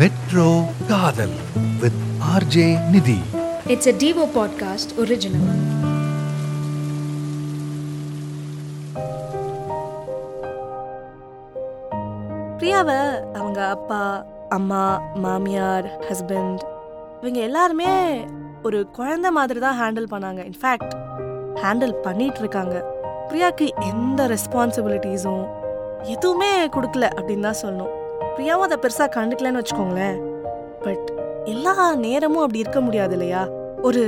Metro காதல் with RJ Nidhi It's a Devo Podcast original. பிரியாவை அவங்க அப்பா அம்மா மாமியார் ஹஸ்பண்ட் இவங்க எல்லாருமே ஒரு குழந்தை மாதிரி தான் ஹேண்டில் பண்ணாங்க இன்ஃபேக்ட் ஹேண்டில் பண்ணிட்டு இருக்காங்க பிரியாக்கு எந்த ரெஸ்பான்சிபிலிட்டிஸும் எதுவுமே கொடுக்கல அப்படின்னு தான் சொல்லணும் பிரியாவும் அதை பெருசாக கண்டுக்கலன்னு வச்சுக்கோங்களேன் பட் எல்லா நேரமும் அப்படி இருக்க முடியாது இல்லையா ஒரு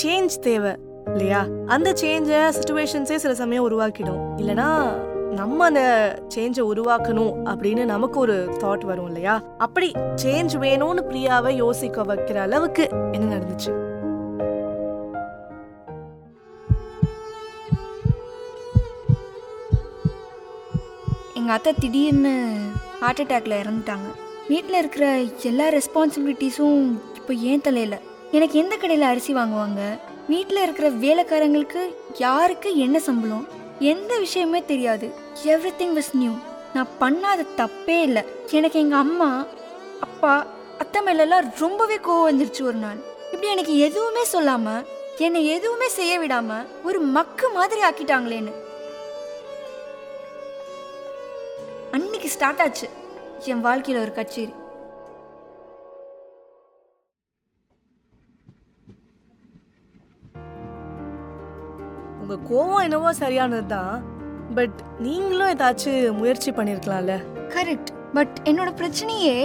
சேஞ்ச் தேவை இல்லையா அந்த சேஞ்சை சுச்சுவேஷன்ஸே சில சமயம் உருவாக்கிடும் இல்லைனா நம்ம அந்த சேஞ்சை உருவாக்கணும் அப்படின்னு நமக்கு ஒரு தாட் வரும் இல்லையா அப்படி சேஞ்ச் வேணும்னு பிரியாவை யோசிக்க வைக்கிற அளவுக்கு என்ன நடந்துச்சு எங்கள் அத்தை திடீர்னு ஹார்ட் அட்டாக்ல இறந்துட்டாங்க வீட்டில் இருக்கிற எல்லா ரெஸ்பான்சிபிலிட்டிஸும் இப்போ ஏன் தலையில் எனக்கு எந்த கடையில் அரிசி வாங்குவாங்க வீட்டில் இருக்கிற வேலைக்காரங்களுக்கு யாருக்கு என்ன சம்பளம் எந்த விஷயமே தெரியாது எவ்ரி திங் வாஸ் நியூ நான் பண்ணாத தப்பே இல்லை எனக்கு எங்கள் அம்மா அப்பா அத்தை மேலெல்லாம் ரொம்பவே கோவம் வந்துருச்சு ஒரு நாள் இப்படி எனக்கு எதுவுமே சொல்லாமல் என்னை எதுவுமே செய்ய விடாமல் ஒரு மக்கு மாதிரி ஆக்கிட்டாங்களேன்னு அன்னைக்கு ஸ்டார்ட் ஆச்சு என் வாழ்க்கையில் ஒரு கச்சேரி உங்க கோவம் என்னவோ சரியானது தான் பட் நீங்களும் ஏதாச்சும் முயற்சி பண்ணியிருக்கலாம்ல கரெக்ட் பட் என்னோட பிரச்சனையே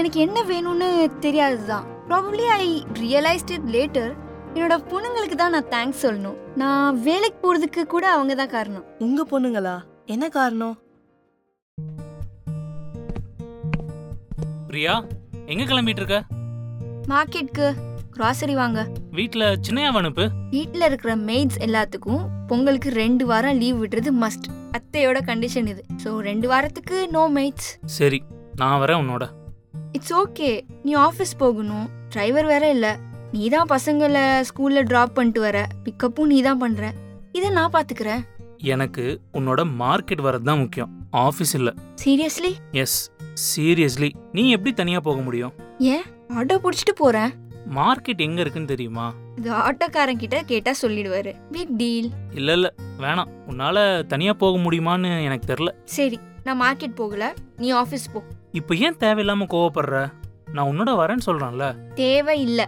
எனக்கு என்ன வேணும்னு தெரியாது தான் probably I realised it later என்னோட பொண்ணுங்களுக்கு தான் நான் தேங்க்ஸ் சொல்லணும் நான் வேலைக்கு போகிறதுக்கு கூட அவங்க தான் காரணம் உங்க பொண்ணுங்களா என்ன காரணம் பிரியா எங்க கிளம்பிட்டு இருக்க மார்க்கெட்க்கு கிராசரி வாங்க வீட்ல சின்னையா அனுப்பு வீட்டில் இருக்கிற மெய்ட்ஸ் எல்லாத்துக்கும் பொங்கலுக்கு ரெண்டு வாரம் லீவ் விடுறது மஸ்ட் அத்தையோட கண்டிஷன் இது ஸோ ரெண்டு வாரத்துக்கு நோ மெய்ட்ஸ் சரி நான் வரேன் உன்னோட இட்ஸ் ஓகே நீ ஆஃபீஸ் போகணும் டிரைவர் வேற இல்லை நீ தான் பசங்களை ஸ்கூலில் ட்ராப் பண்ணிட்டு வர பிக்கப்பும் நீ தான் பண்ணுற இதை நான் பார்த்துக்கிறேன் எனக்கு உன்னோட மார்க்கெட் வரது தான் முக்கியம் ஆஃபீஸ் இல்ல சீரியஸ்லி எஸ் சீரியஸ்லி நீ எப்படி தனியா போக முடியும் ஏன் ஆட்டோ பிடிச்சிட்டு போகிறேன் மார்க்கெட் எங்க இருக்குன்னு தெரியுமா இது ஆட்டோக்காரன் கிட்ட கேட்டால் சொல்லிடுவாரு பிக் டீல் இல்ல இல்ல வேணாம் உன்னால தனியா போக முடியுமான்னு எனக்கு தெரியல சரி நான் மார்க்கெட் போகல நீ ஆஃபீஸ் போ இப்போ ஏன் தேவையில்லாம கோவப்படுற நான் உன்னோட வரேன்னு சொல்றேன்ல தேவை இல்லை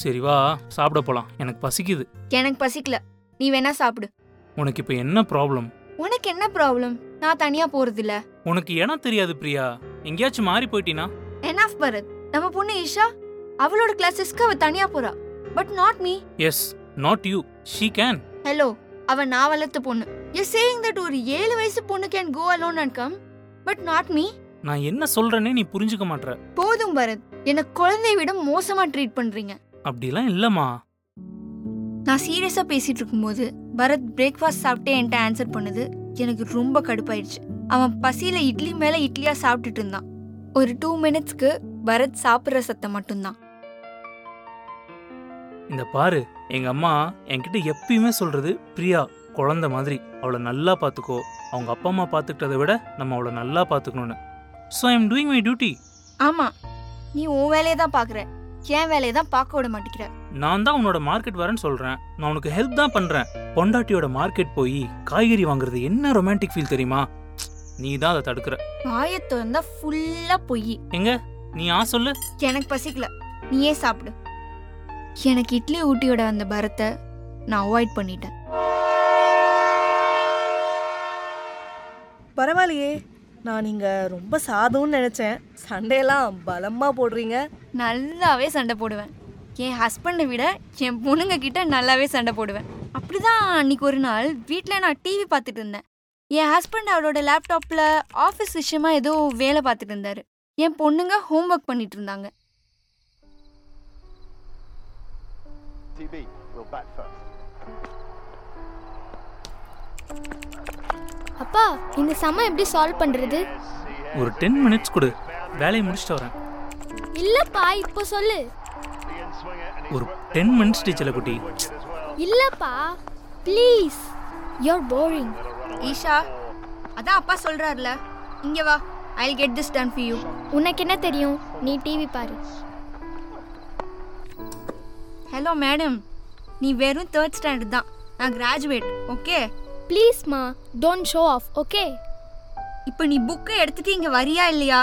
சரி வா சாப்பிட போலாம் எனக்கு பசிக்குது எனக்கு பசிக்கல நீ வேணா சாப்பிடு உனக்கு இப்போ என்ன ப்ராப்ளம் உனக்கு என்ன ப்ராப்ளம் நான் தனியாக போகிறதில்ல உனக்கு இடம் தெரியாது பிரியா எங்கேயாச்சும் மாறி போயிட்டினா எனாஃப் பரத் நம்ம பொண்ணு ஈஷா அவளோட கிளாஸஸ்க்கு அவள் தனியாக போகிறா but not me yes not you she can hello அவ நான் வளர்த்த பொண்ணு யூ சேயிங் தட் ஒரு ஏழு வயசு பொண்ணு can go alone and come but not me நான் என்ன சொல்றேனே நீ புரிஞ்சுக்க மாட்ற போதும் பரத் என்னை குழந்தையை விட மோசமா ட்ரீட் பண்றீங்க அப்படிலாம் இல்லம்மா நான் சீரியஸா பேசிட்டு இருக்கும்போது பரத் பிரேக்ஃபாஸ்ட் சாப்பிட்டே என்கிட்ட ஆன்சர் பண்ணுது எனக்கு ரொம்ப கடுப்பாயிடுச்சு அவன் பசியில இட்லி மேல இட்லியா சாப்பிட்டுட்டு இருந்தான் ஒரு டூ மினிட்ஸ்க்கு பரத் சாப்பிட்ற சத்தம் மட்டும்தான் இந்த பாரு எங்க அம்மா என்கிட்ட எப்பயுமே சொல்றது பிரியா குழந்தை மாதிரி அவளை நல்லா பார்த்துக்கோ அவங்க அப்பா அம்மா பார்த்துக்கிட்டதை விட நம்ம அவளை நல்லா பார்த்துக்கணும்னு so I'm doing my duty ஆமா நீ உன் வேலையை தான் பாக்குற என் வேலையை தான் பார்க்க விட மாட்டேங்கிற நான் தான் உன்னோட மார்க்கெட் வரேன்னு சொல்றேன் நான் உனக்கு ஹெல்ப் தான் பண்றேன் பொண்டாட்டியோட மார்க்கெட் போய் காய்கறி வாங்குறது என்ன ரொமான்டிக் ஃபீல் தெரியுமா நீ தான் அதை தடுக்கிற வாயத்தை வந்தா ஃபுல்லா பொய் நீ ஆ சொல்லு எனக்கு பசிக்கல நீயே சாப்பிடு எனக்கு இட்லி ஊட்டியோட அந்த பரத்தை நான் அவாய்ட் பண்ணிட்டேன் பரவாயில்லையே நான் நீங்க ரொம்ப சாதுன்னு நினைச்சேன் சண்டையெல்லாம் பலமா போடுறீங்க நல்லாவே சண்டை போடுவேன் என் ஹஸ்பண்டை விட என் பொண்ணுங்க கிட்ட நல்லாவே சண்டை போடுவேன் அப்படிதான் அன்னைக்கு ஒரு நாள் வீட்டில் நான் டிவி பார்த்துட்டு இருந்தேன் என் ஹஸ்பண்ட் அவரோட லேப்டாப்பில் ஆஃபீஸ் விஷயமா ஏதோ வேலை பார்த்துட்டு இருந்தாரு என் பொண்ணுங்க ஹோம்ஒர்க் பண்ணிட்டு இருந்தாங்க TB will bat first. அப்பா இந்த சம எப்படி சால்வ் பண்றது ஒரு டென் மினிட்ஸ் கொடு வேலையை முடிச்சுட்டு வரேன் இல்லப்பா இப்போ சொல்லு ஒரு டென் மினிட்ஸ் டீச்சர் குட்டி இல்லப்பா ப்ளீஸ் யூஆர் போரிங் ஈஷா அதான் அப்பா சொல்றாருல இங்க வா I'll get this done for you உனக்கு என்ன தெரியும் நீ டிவி பாரு ஹலோ மேடம் நீ வெறும் தேர்ட் ஸ்டாண்டர்ட் தான் நான் கிராஜுவேட் ஓகே ப்ளீஸ்மா டோன்ட் ஷோ ஆஃப் ஓகே இப்போ நீ புக்கை எடுத்துட்டு இங்கே வரியா இல்லையா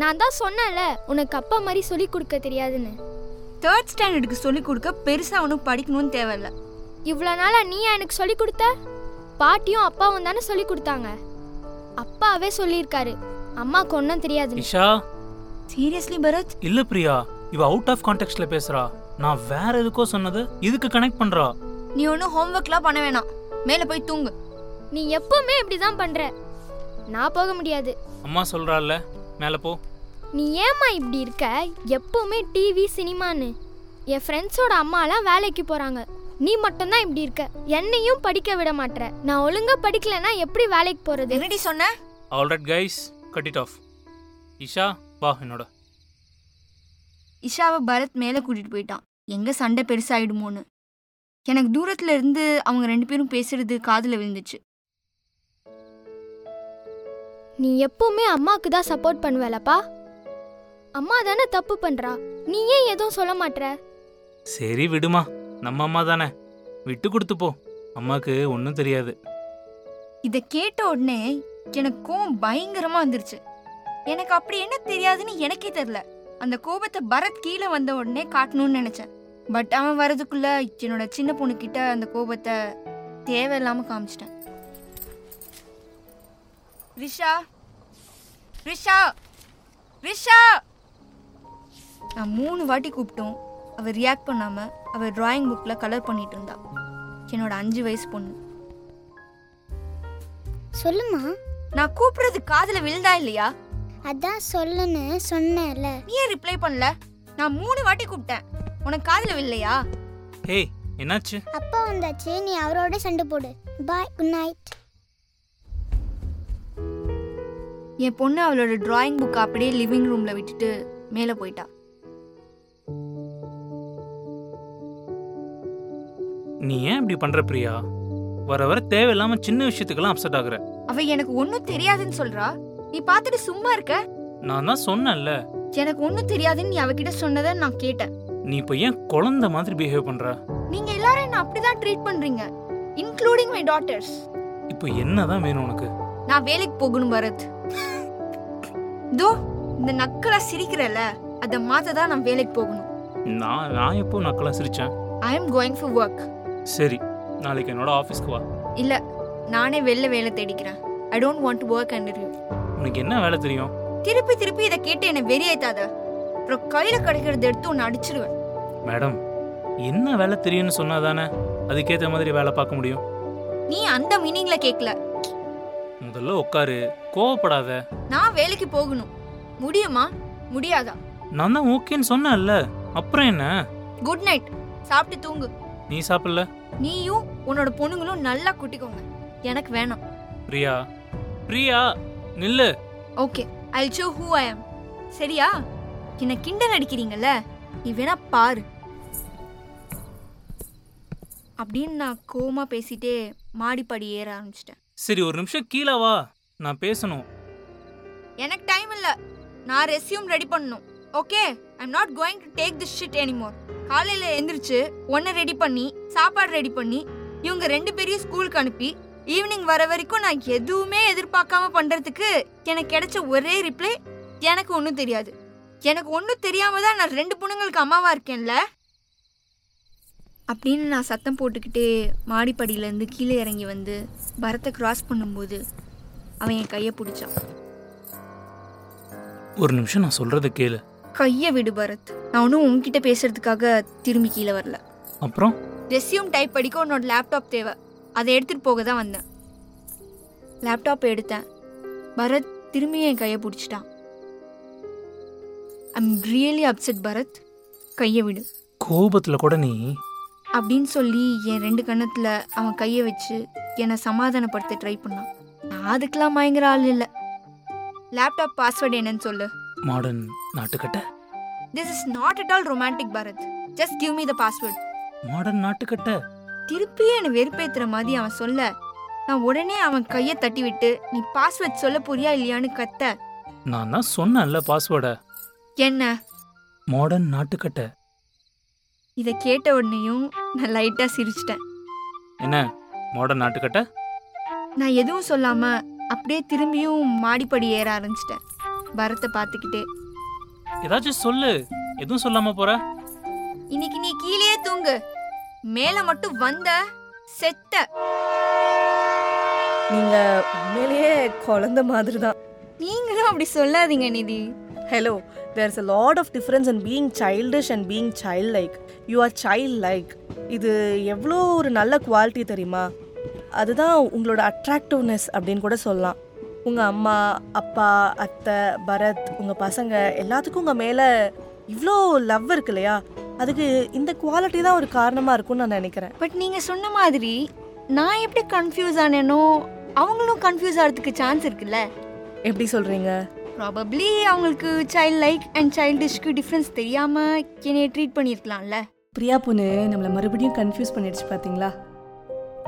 நான் தான் சொன்னேன்ல உனக்கு அப்பா மாதிரி சொல்லி கொடுக்க தெரியாதுன்னு தேர்ட் ஸ்டாண்டர்டுக்கு சொல்லிக் கொடுக்க பெருசாக ஒன்றும் படிக்கணும்னு தேவையில்ல இவ்வளோ நாளாக நீயா எனக்கு சொல்லி கொடுத்த பாட்டியும் அப்பாவும் தானே சொல்லி கொடுத்தாங்க அப்பாவே சொல்லியிருக்காரு அம்மாவுக்கு ஒன்றும் தெரியாதுன்னு இஷா சீரியஸ்லி பரத் இல்ல பிரியா இவ அவுட் ஆஃப் கான்டெக்ட்ல பேசுறா நான் வேற எதுக்கோ சொன்னது இதுக்கு கனெக்ட் பண்றா நீ ஒன்றும் ஹோம்ஒர்க்லாம் பண்ண வேணாம் மேலே போய் தூங்கு நீ எப்பவுமே இப்படி தான் பண்ணுற நான் போக முடியாது அம்மா சொல்றாள்ல மேல போ நீ ஏம்மா இப்படி இருக்க எப்பவுமே டிவி சினிமான்னு என் ஃப்ரெண்ட்ஸோட அம்மாலாம் வேலைக்கு போகிறாங்க நீ மட்டும்தான் இப்படி இருக்க என்னையும் படிக்க விட மாட்ற நான் ஒழுங்கா படிக்கலைன்னா எப்படி வேலைக்கு போகிறது என்னடி சொன்ன alright guys cut it off Isha வா என்னோட இஷாவை பரத் மேலே கூட்டிகிட்டு போயிட்டான் எங்கே சண்டை பெருசாயிடுமோன்னு எனக்கு தூரத்துல இருந்து அவங்க ரெண்டு பேரும் பேசுறது காதில் விழுந்துச்சு நீ எப்பவுமே அம்மாக்கு தான் சப்போர்ட் பண்ணுவலப்பா அம்மா தானே தப்பு பண்றா நீ ஏன் எதுவும் சொல்ல மாட்ற சரி விடுமா நம்ம அம்மா தானே விட்டு கொடுத்து போ அம்மாக்கு ஒன்றும் தெரியாது இதை கேட்ட உடனே எனக்கு கோவம் பயங்கரமா வந்துருச்சு எனக்கு அப்படி என்ன தெரியாதுன்னு எனக்கே தெரில அந்த கோபத்தை பரத் கீழே வந்த உடனே காட்டணும்னு நினைச்சேன் பட் அவன் வரதுக்குள்ள என்னோட சின்ன பொண்ணுக்கிட்ட அந்த கோபத்தை தேவையில்லாம காமிச்சிட்டேன் ரிஷா ரிஷா ரிஷா நான் மூணு வாட்டி கூப்பிட்டோம் அவள் ரியாக்ட் பண்ணாம அவள் டிராயிங் புக்ல கலர் பண்ணிட்டு இருந்தா என்னோட அஞ்சு வயசு பொண்ணு சொல்லுமா நான் கூப்பிடுறது காதுல விழுந்தா இல்லையா அதான் சொல்லுன்னு சொன்னேன்ல நீ ஏன் ரிப்ளை பண்ணல நான் மூணு வாட்டி கூப்பிட்டேன் உனக்கு காதுல விழலையா ஹேய் என்னாச்சு அப்பா வந்தாச்சு நீ அவரோட சண்டை போடு பாய் குட் நைட் என் பொண்ணு அவளோட டிராயிங் புக்கை அப்படியே லிவிங் ரூம்ல விட்டுட்டு மேலே போயிட்டா நீ ஏன் இப்படி பண்ற பிரியா வர வர தேவையில்லாம சின்ன விஷயத்துக்கெல்லாம் அப்செட் ஆகுற அவ எனக்கு ஒன்றும் தெரியாதுன்னு சொல்றா நீ பார்த்துட்டு சும்மா இருக்க நான் தான் சொன்னேன்ல எனக்கு ஒன்றும் தெரியாதுன்னு நீ அவகிட்ட சொன்னதை நான் கேட்டேன் நீ இப்போ ஏன் குழந்தை மாதிரி பிஹேவ் பண்ற நீங்க எல்லாரும் என்ன அப்படிதான் ட்ரீட் பண்றீங்க இன்க்ளூடிங் மை டாட்டர்ஸ் இப்போ என்னதான் வேணும் உனக்கு நான் வேலைக்கு போகணும் பரத் தோ இந்த நக்கலா சிரிக்கிறல்ல அதை மாத்த தான் நான் வேலைக்கு போகணும் நான் நான் எப்போ நக்கெல்லாம் சிரிச்சேன் I am going for work சரி நாளைக்கு என்னோட ஆஃபீஸ்க்கு வா இல்ல நானே வெளில வேலை தேடிக்கிறேன் I don't want to work under you உனக்கு என்ன வேலை தெரியும் திருப்பி திருப்பி இதை கேட்டு என்னை வெறியாய்த்தாத அப்புறம் கையில கிடைக்கிறத எடுத்து உன்னை அடிச்சிருவேன் மேடம் என்ன வேலை தெரியும்னு சொன்னா தானே அதுக்கேற்ற மாதிரி வேலை பார்க்க முடியும் நீ அந்த மீனிங்ல கேட்கல முதல்ல உட்காரு கோவப்படாத நான் வேலைக்கு போகணும் முடியுமா முடியாதா நான் தான் ஓகேன்னு சொன்னேன்ல அப்புறம் என்ன குட் நைட் சாப்பிட்டு தூங்கு நீ சாப்பிடல நீயும் உன்னோட பொண்ணுங்களும் நல்லா குட்டிக்கோங்க எனக்கு வேணாம் பிரியா பிரியா நில்லு okay I show who I am சரியா என்னை கிண்டல் அடிக்கிறீங்கல்ல நீ வேணா பாரு அப்படின்னு நான் கோமா பேசிட்டே மாடிப்படி ஏற ஆரம்பிச்சிட்டேன் சரி ஒரு நிமிஷம் கீழே வா நான் பேசணும் எனக்கு டைம் இல்ல நான் ரெஸ்யூம் ரெடி பண்ணனும் okay I am not going to take this shit anymore காலையில எந்திரிச்சு ஒன்றை ரெடி பண்ணி சாப்பாடு ரெடி பண்ணி இவங்க ரெண்டு பேரையும் ஸ்கூலுக்கு அனுப்பி ஈவினிங் வர வரைக்கும் நான் எதுவுமே எதிர்பார்க்காம பண்றதுக்கு எனக்கு கிடைச்ச ஒரே ரிப்ளை எனக்கு ஒன்றும் தெரியாது எனக்கு ஒன்றும் தெரியாம தான் நான் ரெண்டு பொண்ணுங்களுக்கு அம்மாவா இருக்கேன்ல அப்படின்னு நான் சத்தம் போட்டுக்கிட்டே மாடிப்படியிலேருந்து கீழே இறங்கி வந்து பரத்தை கிராஸ் பண்ணும்போது அவன் என் கையை பிடிச்சான் ஒரு நிமிஷம் நான் சொல்றத கேளு கையை விடு பரத் நான் ஒன்றும் உன்கிட்ட பேசுறதுக்காக திரும்பி கீழே வரல அப்புறம் ரெஸ்யூம் டைப் படிக்க உன்னோட லேப்டாப் தேவை அதை எடுத்துகிட்டு போக தான் வந்தேன் லேப்டாப் எடுத்தேன் பரத் திரும்பி என் கையை பிடிச்சிட்டான் ஐம் ரியலி அப்செட் பரத் கையை விடு கோபத்துல கூட நீ அப்படின்னு சொல்லி என் ரெண்டு கண்ணத்தில் அவன் கையை வச்சு என்னை சமாதானப்படுத்த ட்ரை பண்ணான் நான் அதுக்கெல்லாம் மயங்குற ஆள் இல்லை லேப்டாப் பாஸ்வேர்டு என்னன்னு சொல்லு மாடர்ன் நாட்டுக்கட்ட this is not at all romantic Bharat just give me the password modern நாட்டுக்கட்ட திருப்பி என்னை வெறுப்பேத்துற மாதிரி அவன் சொல்ல நான் உடனே அவன் கையை தட்டி விட்டு நீ பாஸ்வேர்ட் சொல்ல போறியா இல்லையான்னு கத்த நான் தான் சொன்னேன்ல பாஸ்வேர்டை என்ன மாடர்ன் நாட்டுக்கட்டை இதை கேட்ட உடனேயும் நான் லைட்டாக சிரிச்சிட்டேன் என்ன மாடர்ன் நாட்டுக்கட்டை நான் எதுவும் சொல்லாமல் அப்படியே திரும்பியும் மாடிப்படி ஏற ஆரம்பிச்சிட்டேன் பரத்தை பார்த்துக்கிட்டே ஏதாச்சும் சொல்லு எதுவும் சொல்லாம போற இன்னைக்கு நீ கீழே தூங்கு மேலே மட்டும் வந்த செத்த நீங்க உண்மையிலேயே குழந்தை மாதிரி தான் நீங்களும் அப்படி சொல்லாதீங்க Nidhi hello there's a lot of difference and being childish and being child like you are child like இது எவ்வளோ ஒரு நல்ல குவாலிட்டி தெரியுமா அதுதான் உங்களோட அட்ராக்டிவ்னஸ் அப்படின்னு கூட சொல்லலாம் உங்கள் அம்மா அப்பா அத்தை பரத் உங்கள் பசங்க எல்லாத்துக்கும் உங்கள் மேலே இவ்வளோ லவ் இருக்கு இல்லையா அதுக்கு இந்த குவாலிட்டி தான் ஒரு காரணமாக இருக்கும்னு நான் நினைக்கிறேன் பட் நீங்கள் சொன்ன மாதிரி நான் எப்படி கன்ஃபியூஸ் ஆனேனோ அவங்களும் கன்ஃபியூஸ் ஆகிறதுக்கு சான்ஸ் இருக்குல்ல எப்படி சொல்கிறீங்க ப்ராபப்ளி அவங்களுக்கு சைல்ட் லைக் அண்ட் சைல்டிஷ்க்கு டிஃப்ரென்ஸ் தெரியாமல் என்னைய ட்ரீட் பண்ணியிருக்கலாம்ல பிரியா பொண்ணு நம்மளை மறுபடியும் கன்ஃபியூஸ் பண்ணிடுச்சு பார்த்தீங்களா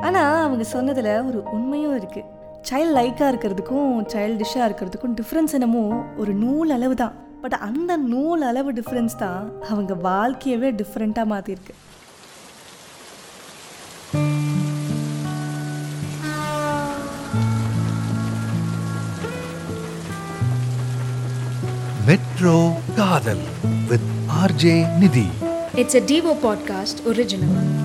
ஆனால் அவங்க சொன்னதில் ஒரு உண்மையும் இருக்குது சைல்ட் லைக்காக இருக்கிறதுக்கும் சைல்டிஷாக இருக்கிறதுக்கும் டிஃப்ரென்ஸ் என்னமோ ஒரு நூல் அளவு தான் பட் அந்த நூல் அளவு டிஃப்ரென்ஸ் தான் அவங்க வாழ்க்கையவே டிஃப்ரெண்ட்டாக மாற்றிருக்கு மெட்ரோ காதல் with RJ Nidhi It's a Devo podcast original.